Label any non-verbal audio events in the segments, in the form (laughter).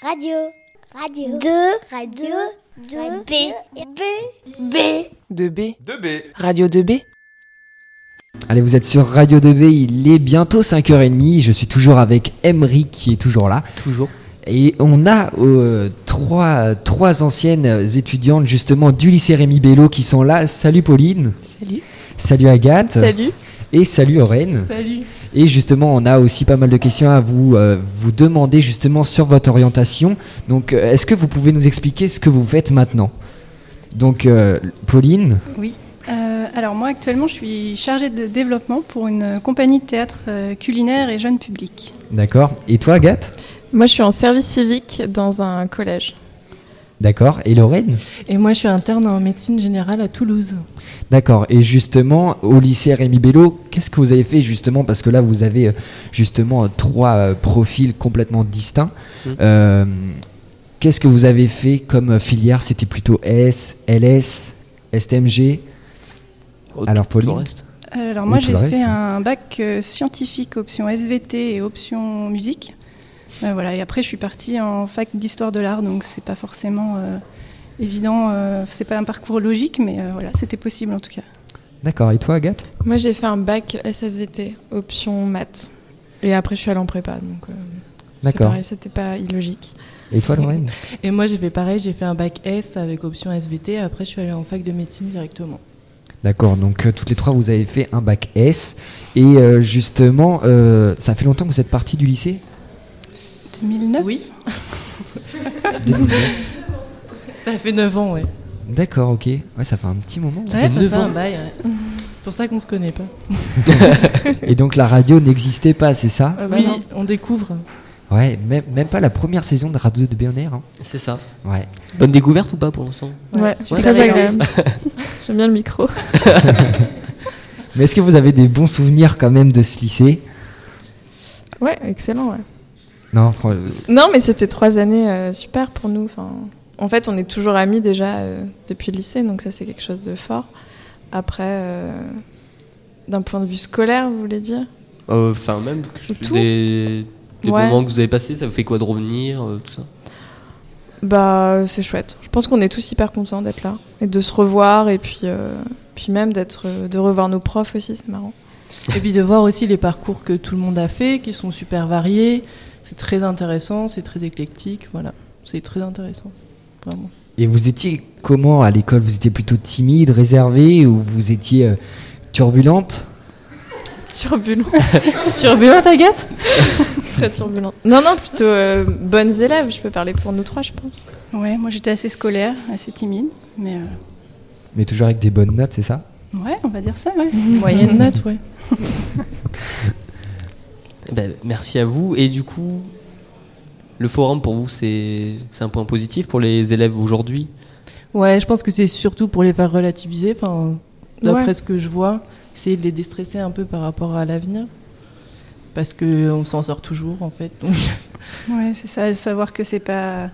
Radio. Radio. 2. Radio. 2. B. B. B. De b 2B. Radio 2B. Allez, vous êtes sur Radio 2B, il est bientôt 5h30, je suis toujours avec Emery qui est toujours là. Toujours. Et on a euh, trois, trois anciennes étudiantes justement du lycée Rémi Bello qui sont là. Salut Pauline, Salut. salut Agathe Salut. et salut Aurène. Salut. Et justement, on a aussi pas mal de questions à vous, euh, vous demander justement sur votre orientation. Donc, euh, est-ce que vous pouvez nous expliquer ce que vous faites maintenant Donc, euh, Pauline, Oui. Euh, alors moi actuellement je suis chargée de développement pour une compagnie de théâtre euh, culinaire et jeune public. d'accord. Et toi, Agathe Moi, je suis en service civique dans un collège. D'accord. Et Lorraine Et moi, je suis interne en médecine générale à Toulouse. D'accord. Et justement, au lycée Rémi Bello, qu'est-ce que vous avez fait justement Parce que là, vous avez euh, justement euh, trois euh, profils complètement distincts. Mhm. Euh, qu'est-ce que vous avez fait comme euh, filière C'était plutôt S, LS, STMG Oh, Alors, tout- tout le Pauline reste. Euh, alors moi Oui, tout j'ai le fait reste, oui. un bac euh, scientifique option SVT et option musique. Euh, voilà et après je suis partie en fac d'histoire de l'art donc c'est pas forcément euh, évident, euh, c'est pas un parcours logique mais euh, voilà c'était possible en tout cas. D'accord. Et toi, Agathe Moi, j'ai fait un bac SSVT, option maths. Et après, je suis allée en prépa, donc euh, c'est D'accord. pareil, c'était pas illogique. Et toi, Lorraine Et moi, j'ai fait pareil, j'ai fait un bac S avec option SVT. Après, je suis allée en fac de médecine directement. D'accord, donc euh, toutes les trois vous avez fait un bac S. Et euh, justement, euh, ça fait longtemps que vous êtes partie du lycée 2009 Oui. Ça fait 9 ans, ouais. D'accord, ok. Ouais, ça fait un petit moment. Ça fait ça neuf fait ans. un bail, (laughs) ouais. C'est pour ça qu'on se connaît pas. Et donc la radio n'existait pas, c'est ça bah oui, non. on découvre. Ouais, même, même pas la première saison de Radio de BNR. hein. C'est ça. Ouais. Bonne découverte ou pas pour l'instant Ouais, super très élégante. agréable. J'aime bien le micro. Mais est-ce que vous avez des bons souvenirs quand même de ce lycée (laughs) Ouais, excellent. ouais. Non, fran- Non, mais c'était trois années euh, super pour nous. Enfin, en fait, on est toujours amis déjà euh, depuis le lycée, donc ça, c'est quelque chose de fort. Après, euh, d'un point de vue scolaire, vous voulez dire Euh, Enfin, même que- Tout. des, des Ouais. moments que vous avez passés, ça vous fait quoi de revenir euh, Tout ça. Bah, c'est chouette. Je pense qu'on est tous hyper contents d'être là et de se revoir et puis, euh, puis même d'être, euh, de revoir nos profs aussi, c'est marrant. Et puis de voir aussi les parcours que tout le monde a fait, qui sont super variés. C'est très intéressant, c'est très éclectique. Voilà, c'est très intéressant. Vraiment. Et vous étiez comment à l'école Vous étiez plutôt timide, réservé ou vous étiez euh, turbulente (laughs) Turbulent. turbulente, Agathe Très turbulent. Non, non, plutôt euh, bonnes élèves. Je peux parler pour nous trois, je pense. Ouais moi j'étais assez scolaire, assez timide mais euh, Mais toujours avec des bonnes notes, c'est ça ouais on va dire ça ouais. Moyenne note, ouais. Eh ben, merci à vous. Et du coup, le forum pour vous, c'est c'est un point positif pour les élèves aujourd'hui Ouais, je pense que c'est surtout pour les faire relativiser. Enfin, d'après ce que je vois, essayer de les déstresser un peu par rapport à l'avenir, parce que on s'en sort toujours en fait. Donc, Ouais, c'est ça, savoir que c'est pas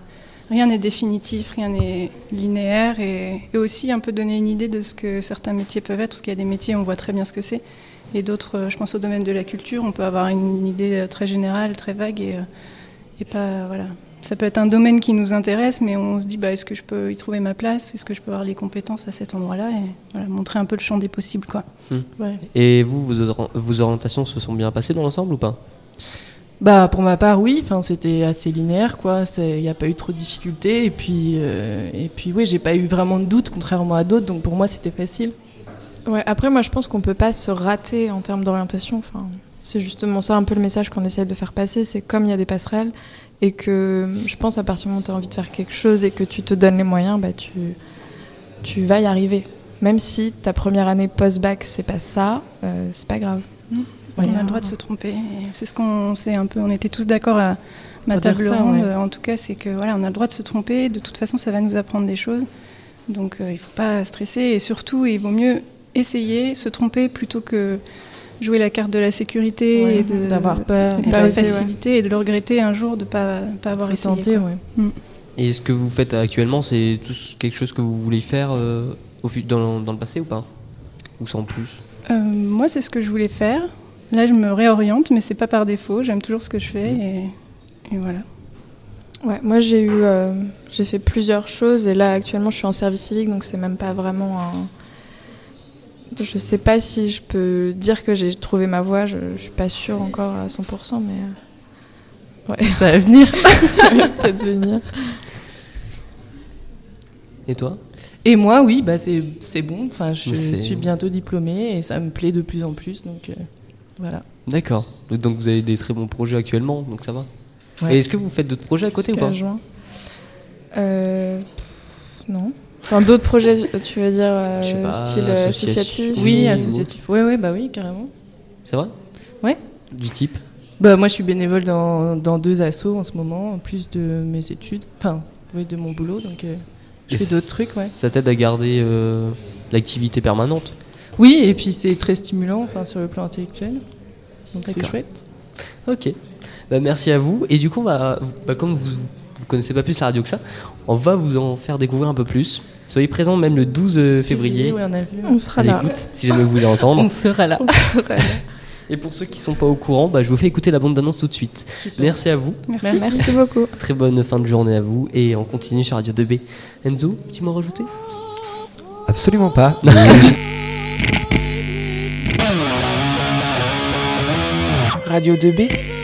rien n'est définitif, rien n'est linéaire et, et aussi un peu donner une idée de ce que certains métiers peuvent être parce qu'il y a des métiers on voit très bien ce que c'est et d'autres euh, je pense au domaine de la culture, on peut avoir une idée euh, très générale, très vague et, euh, et pas voilà. Ça peut être un domaine qui nous intéresse mais on se dit bah est-ce que je peux y trouver ma place, est-ce que je peux avoir les compétences à cet endroit-là et voilà, montrer un peu le champ des possibles quoi. Et vous, vos, or- vos orientations se sont bien passées dans l'ensemble ou pas bah, pour ma part, oui. Enfin, c'était assez linéaire, quoi. C'est- Il n'y a pas eu trop de difficultés. Et puis, euh, et puis, oui, j'ai pas eu vraiment de doutes, contrairement à d'autres. Donc, pour moi, c'était facile. Ouais, après, moi, je pense qu'on peut pas se rater en termes d'orientation. Enfin, c'est justement ça un peu le message qu'on essaie de faire passer. C'est comme il y a des passerelles et que je pense à partir du moment où tu as envie de faire quelque chose et que tu te donnes les moyens, bah, tu, tu vas y arriver. Même si ta première année post-bac, c'est pas ça, euh, c'est pas grave. Mhm. Ouais. On a le droit de se tromper. et C'est ce qu'on s'est un peu. On était tous d'accord à ma Pour dire table ça, ronde. ouais. En tout cas, c'est que voilà, on a le droit de se tromper. De toute façon, ça va nous apprendre des choses. Donc, euh, il faut pas stresser. Et surtout, il vaut mieux essayer, se tromper plutôt que jouer la carte de la sécurité Ouais, et de Euh, d'avoir peur, et de de la pas oser, passivité et de le regretter un jour de pas pas avoir Faut essayé. tenter, quoi. ouais. Et ce que vous faites actuellement, c'est tout ce- quelque chose que vous voulez faire euh, au fu- dans, dans le passé ou pas Ou sans plus Euh, moi, c'est ce que je voulais faire. Bah, Là, je me réoriente, mais c'est pas par défaut. J'aime toujours ce que je fais et, et voilà. Ouais, moi j'ai eu, euh, j'ai fait plusieurs choses et là actuellement je suis en service civique donc c'est même pas vraiment un. Je sais pas si je peux dire que j'ai trouvé ma voie, je, je suis pas sûre encore à 100%, mais euh, ouais, Ça va venir. (laughs) (laughs) ça va peut-être venir. Et toi Et moi, oui, bah c'est c'est bon. Enfin, je Mais c'est- suis bientôt diplômée et ça me plaît de plus en plus. Donc euh, voilà. D'accord. Donc, donc vous avez des très bons projets actuellement, donc ça va. Ouais. Et est-ce que vous faites d'autres projets à côté ou Jusqu'à pas juin. Euh, pff, non. Enfin, d'autres projets, tu veux dire, euh, Je sais pas, style euh, association. associatif Oui, Oui, associatif. Ouais, ouais, bah oui, carrément. C'est vrai Ouais. Du type Bah moi, je suis bénévole dans, dans deux assos en ce moment, en plus de mes études. Enfin, oui, de mon boulot. Donc euh, je Et fais d'autres trucs, ouais. Ça t'aide à garder euh, l'activité permanente. Oui, et puis c'est très stimulant, enfin sur le plan intellectuel. Donc c'est D'accord. chouette. Ok. Bah, merci à vous. Et du coup, bah, bah, comme vous, vous connaissez pas plus la radio que ça, on va vous en faire découvrir un peu plus. Soyez présents même le 12 février. Oui, on a vu. On sera à là. l'écoute, si jamais vous voulez entendre. (laughs) On sera là. Et pour ceux qui sont pas au courant, bah, je vous fais écouter la bande d'annonce tout de suite. Merci à vous. Merci. Merci beaucoup. Très bonne fin de journée à vous. Et on continue sur Radio 2B. Enzo, petit mot rajouté Absolument pas. Radio 2B